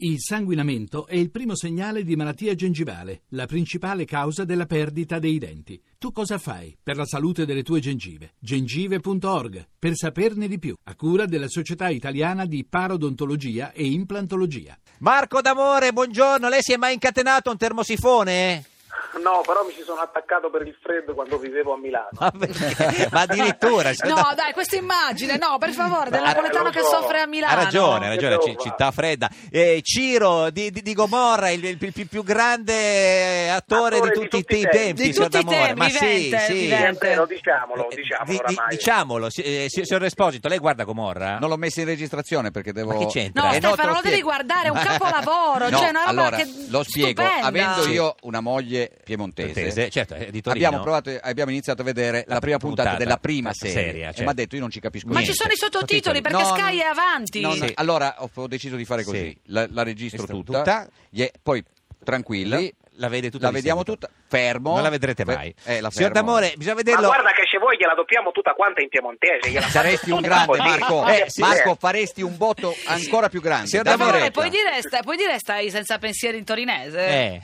Il sanguinamento è il primo segnale di malattia gengivale, la principale causa della perdita dei denti. Tu cosa fai per la salute delle tue gengive? gengive.org per saperne di più, a cura della Società Italiana di Parodontologia e Implantologia. Marco D'Amore, buongiorno. Lei si è mai incatenato a un termosifone? No, però mi ci sono attaccato per il freddo quando vivevo a Milano. Ma, perché? Ma addirittura. cioè, No, dai, questa immagine, no, per favore, del Eh, napoletano lo che so. soffre a Ha Milano. ragione, ha che ragione, devo ci- fare? città fredda. Eh, Ciro di, di- di Gomorra, il, il pi- pi- più grande eh, attore, Attore di tutti, i tempi, Di signor tutti i D'Amore. tempi, Ma sì, vivente, sì. vivente. È vero, diciamolo, Eh, diciamolo di- di- oramai. diciamolo, si- eh, si- signor Esposito, lei guarda Gomorra? Non l'ho messa in registrazione perché devo. Ah. Ma che c'entra? No, Eh, Stefano, te lo devi spiego. guardare, è un capolavoro, No, cioè una roba allora, che- Lo spiego, stupenda. avendo Sì. io una moglie piemontese. Tese, certo, è di Torino. Abbiamo, provato, abbiamo iniziato a vedere la, La prima puntata, puntata della prima seria, serie e certo. mi ha detto io non ci capisco Ma niente. ci sono i sottotitoli Sottotitoli. perché No, Sky no, è avanti. no, no, Sì. Allora ho, ho deciso di fare così, Sì. la, la registro Registro tutta, tutta. gli- poi tranquilla, Lì la vede tutta la di vediamo seguito. tutta, fermo. Non la vedrete Fe- mai. Eh, la Signor fermo. D'Amore, bisogna Ma vederlo. guarda che se voi gliela doppiamo tutta quanta in piemontese. gliela Saresti faccio un tutta grande così. Marco, Eh, sì, Marco eh. faresti un botto ancora più grande. Signor Per Dammi favore, D'Amore. retta. puoi dire, sta- puoi dire stai senza pensieri in torinese? Eh.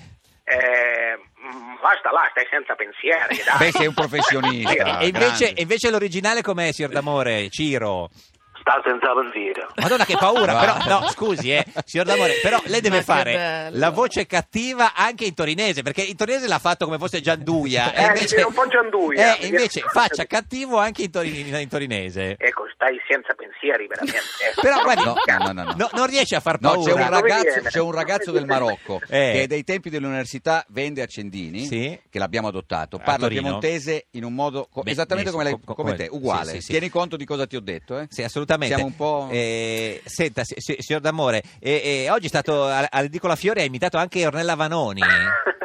Eh, mm, basta là, stai senza Eh, pensieri. dai. Beh, sei un professionista. e invece, grande. invece l'originale com'è, signor D'Amore? Ciro. Sta senza pensieri. Madonna che paura, però Guarda. no, scusi eh, signor D'Amore, però lei deve Ma che fare bello. la voce cattiva anche in torinese, perché in torinese l'ha fatto come fosse Gianduia. Eh, sì, un po' Gianduia. eh, invece faccia cattivo anche in, tori- in- in torinese. Eh. Ecco, stai senza pensieri veramente. Però guardi, No, no, no, no. no, non riesce a far No, c'è paura. un, Dove ragazzo, viene? c'è un ragazzo del Marocco Eh. che dai tempi dell'università vende accendini, Sì. che l'abbiamo adottato. A Parla Torino. piemontese in un modo co- Beh, esattamente beh, come, lei- co- co- come come- te, uguale. sì, sì, sì. Tieni conto di cosa ti ho detto. Eh? Sì, assolutamente. Siamo un po'... Eh, senta, si- si- signor D'Amore, eh, eh, oggi è stato a, a Ridicola Fiori, ha imitato anche Ornella Vanoni.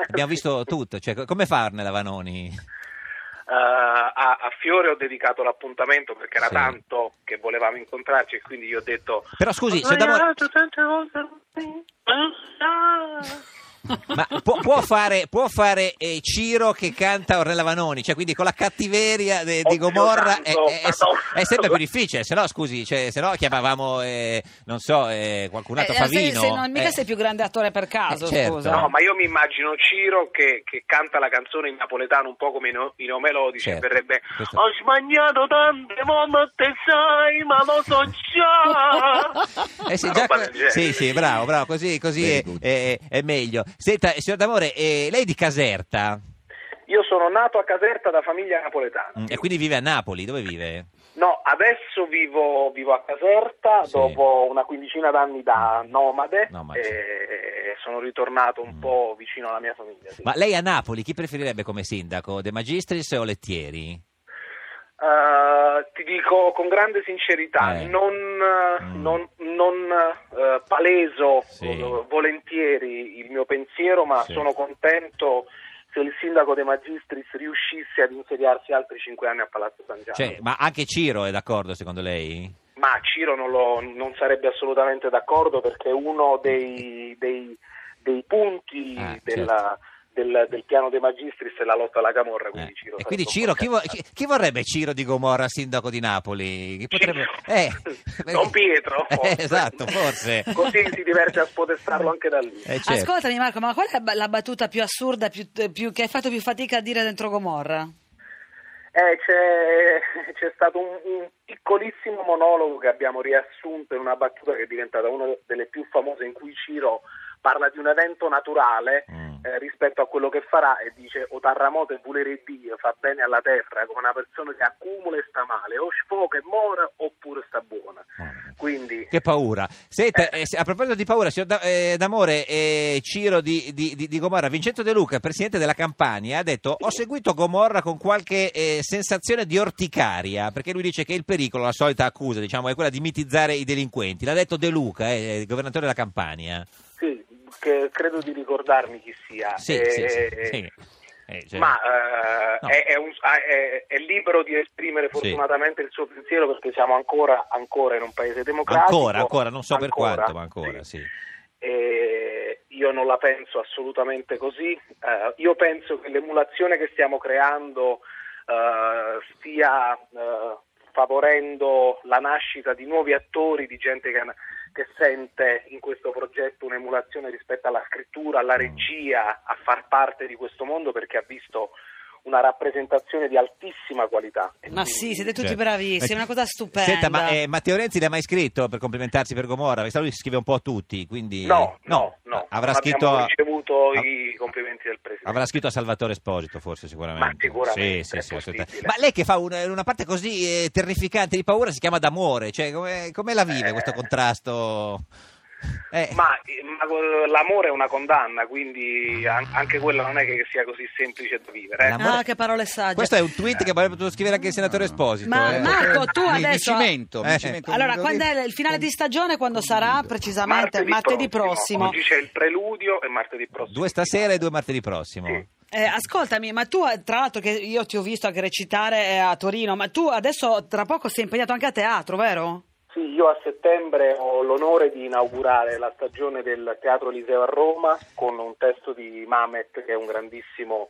Abbiamo visto tutto. Cioè, co- come fa Ornella Vanoni? Eh, a, a Fiore ho dedicato l'appuntamento perché era Sì. tanto che volevamo incontrarci e quindi io ho detto... Però scusi, "Ho signor D'Amore, sbagliato tante eh? Ah." volte. ma può, può fare, può fare eh, Ciro che canta Ornella Vanoni? Cioè, quindi con la cattiveria de- di Oddio Gomorra è, santo, è- è- Madonna. è sempre più difficile. Se no, scusi, cioè, se no chiamavamo, eh, non so, eh, qualcun altro Eh, se, Favino. se non, mica Eh, sei più grande attore per caso, Eh, certo. scusa. No, ma io mi immagino Ciro che, che canta la canzone in napoletano un po' come i, no- i neomelodici Certo. e verrebbe Questo- Ho sbagliato tante volte, sai, ma lo so già Eh sì, Una già roba que- del genere. sì, sì, bravo, bravo, così, così Very è, good. è- è meglio. Senta, signor D'Amore, eh, lei è di Caserta Io sono nato a Caserta da famiglia napoletana mm, e quindi vive a Napoli, dove vive? No, adesso vivo, vivo a Caserta Sì. Mm. dopo una quindicina d'anni da nomade Nomade, e sì. sono ritornato un Mm. po' vicino alla mia famiglia sì. Ma lei a Napoli chi preferirebbe come sindaco, De Magistris o Lettieri? Eh, ti dico con grande sincerità, Eh. non, eh, Mm. non- non, eh, paleso Sì. eh, volentieri il mio pensiero, ma Sì. sono contento se il sindaco De Magistris riuscisse ad insediarsi altri cinque anni a Palazzo San Giacomo. Cioè, ma anche Ciro è d'accordo secondo lei? Ma Ciro non, lo- non sarebbe assolutamente d'accordo perché uno dei, dei- dei punti Ah, della- del, del piano De Magistris è la lotta alla Camorra. Cioè, Quindi Eh, Ciro E quindi sarebbe Ciro, un po' chi, vo- chi- chi vorrebbe Ciro di Gomorra sindaco di Napoli? Chi potrebbe... Eh, perché- Don Pietro, Eh, forse. esatto, forse. Così si diverte a spodestarlo anche da lì. Eh, certo. Ascoltami Marco, ma qual è ba- la battuta più assurda più- eh, più- che hai fatto più fatica a dire dentro Gomorra? Eh, c'è, c'è stato un, un piccolissimo monologo che abbiamo riassunto in una battuta che è diventata una delle più famose in cui Ciro parla di un evento naturale Mm. eh, rispetto a quello che farà e dice o tarramoto e volere Dio fa bene alla terra come una persona che accumula e sta male o sfoga e muore oppure sta buona quindi Che paura. Senta, eh, se- a proposito di paura, signor Da- eh, D'Amore, eh, Ciro di, di, di- di Gomorra, Vincenzo De Luca, presidente della Campania, ha detto ho seguito Gomorra con qualche eh, sensazione di orticaria, perché lui dice che il pericolo, la solita accusa, diciamo, è quella di mitizzare i delinquenti. L'ha detto De Luca, eh, il governatore della Campania. sì, che credo di ricordarmi chi sia Sì, Eh, sì, sì, eh, sì. Eh, cioè- Ma eh, No. è, è un- è- è libero di esprimere Sì. fortunatamente il suo pensiero perché siamo ancora, ancora in un paese democratico. ancora, ancora, non so per Ancora, quanto, ma ancora, sì. sì. E io non la penso assolutamente così. Eh, io penso che l'emulazione che stiamo creando eh, stia eh, favorendo la nascita di nuovi attori, di gente che, che sente in questo progetto un'emulazione rispetto alla scrittura, alla regia, a far parte di questo mondo perché ha visto una rappresentazione di altissima qualità. E Ma quindi- sì, siete tutti Cioè, bravissimi, è eh, una cosa stupenda. Senta, ma eh, Matteo Renzi l'ha mai scritto per complimentarsi per Gomorra? Perché sa, lui scrive un po' a tutti, quindi... No, no, no. Avrà Non scritto... abbiamo a- ricevuto a- i complimenti del Presidente. Avrà scritto a Salvatore Esposito, forse, sicuramente. Ma sicuramente, Sì, sì, è sì, possibile. assolutamente. Ma lei che fa un- una parte così eh, terrificante di paura si chiama d'amore, cioè come, come la vive Eh. questo contrasto? Eh, Ma, ma col- l'amore è una condanna, quindi an- anche quella non è che sia così semplice da vivere. eh. L'amore- Ah, che parole sagge. Questo è un tweet che avrebbe potuto scrivere anche il senatore Esposito. Ma- eh. ma- Marco, tu Mi- adesso- Mi cimento, mi Eh. cimento. Allora, quando è il finale di stagione? Quando sarà precisamente? Martedì prossimo. Oggi c'è il preludio e martedì prossimo. Due stasera e due martedì prossimo. Sì. Eh, ascoltami, ma tu, eh, tra l'altro, che io ti ho visto anche recitare eh, a Torino, ma tu adesso tra poco sei impegnato anche a teatro, vero? Sì, io a settembre ho l'onore di inaugurare la stagione del Teatro Liseo a Roma con un testo di Mamet, che è un grandissimo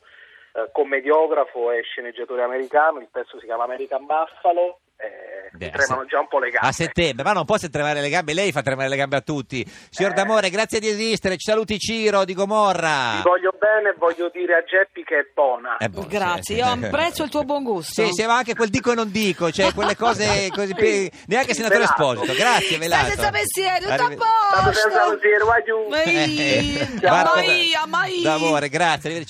eh, commediografo e sceneggiatore americano. Il testo si chiama American Buffalo. Eh, Beh, mi a tremano se- già un po' le gambe. A settembre, ma non posso tremare le gambe, lei fa tremare le gambe a tutti. Signor Eh. D'Amore, grazie di esistere, ci saluti Ciro di Gomorra. Ti voglio bene, voglio dire a Geppi che è buona. Eh, boh, Grazie, sì, io sì. apprezzo il tuo buon gusto. Sì, sì, ma anche quel dico e non dico, cioè quelle cose così. pe- neanche il senatore Velato. Esposito. Grazie, velato. Stai senza pensieri, tutto a Arrive- posto. State senza pensieri, vai giù. Ehi, Eh, Guarda, amai, amai. D'amore, grazie, arrivederci.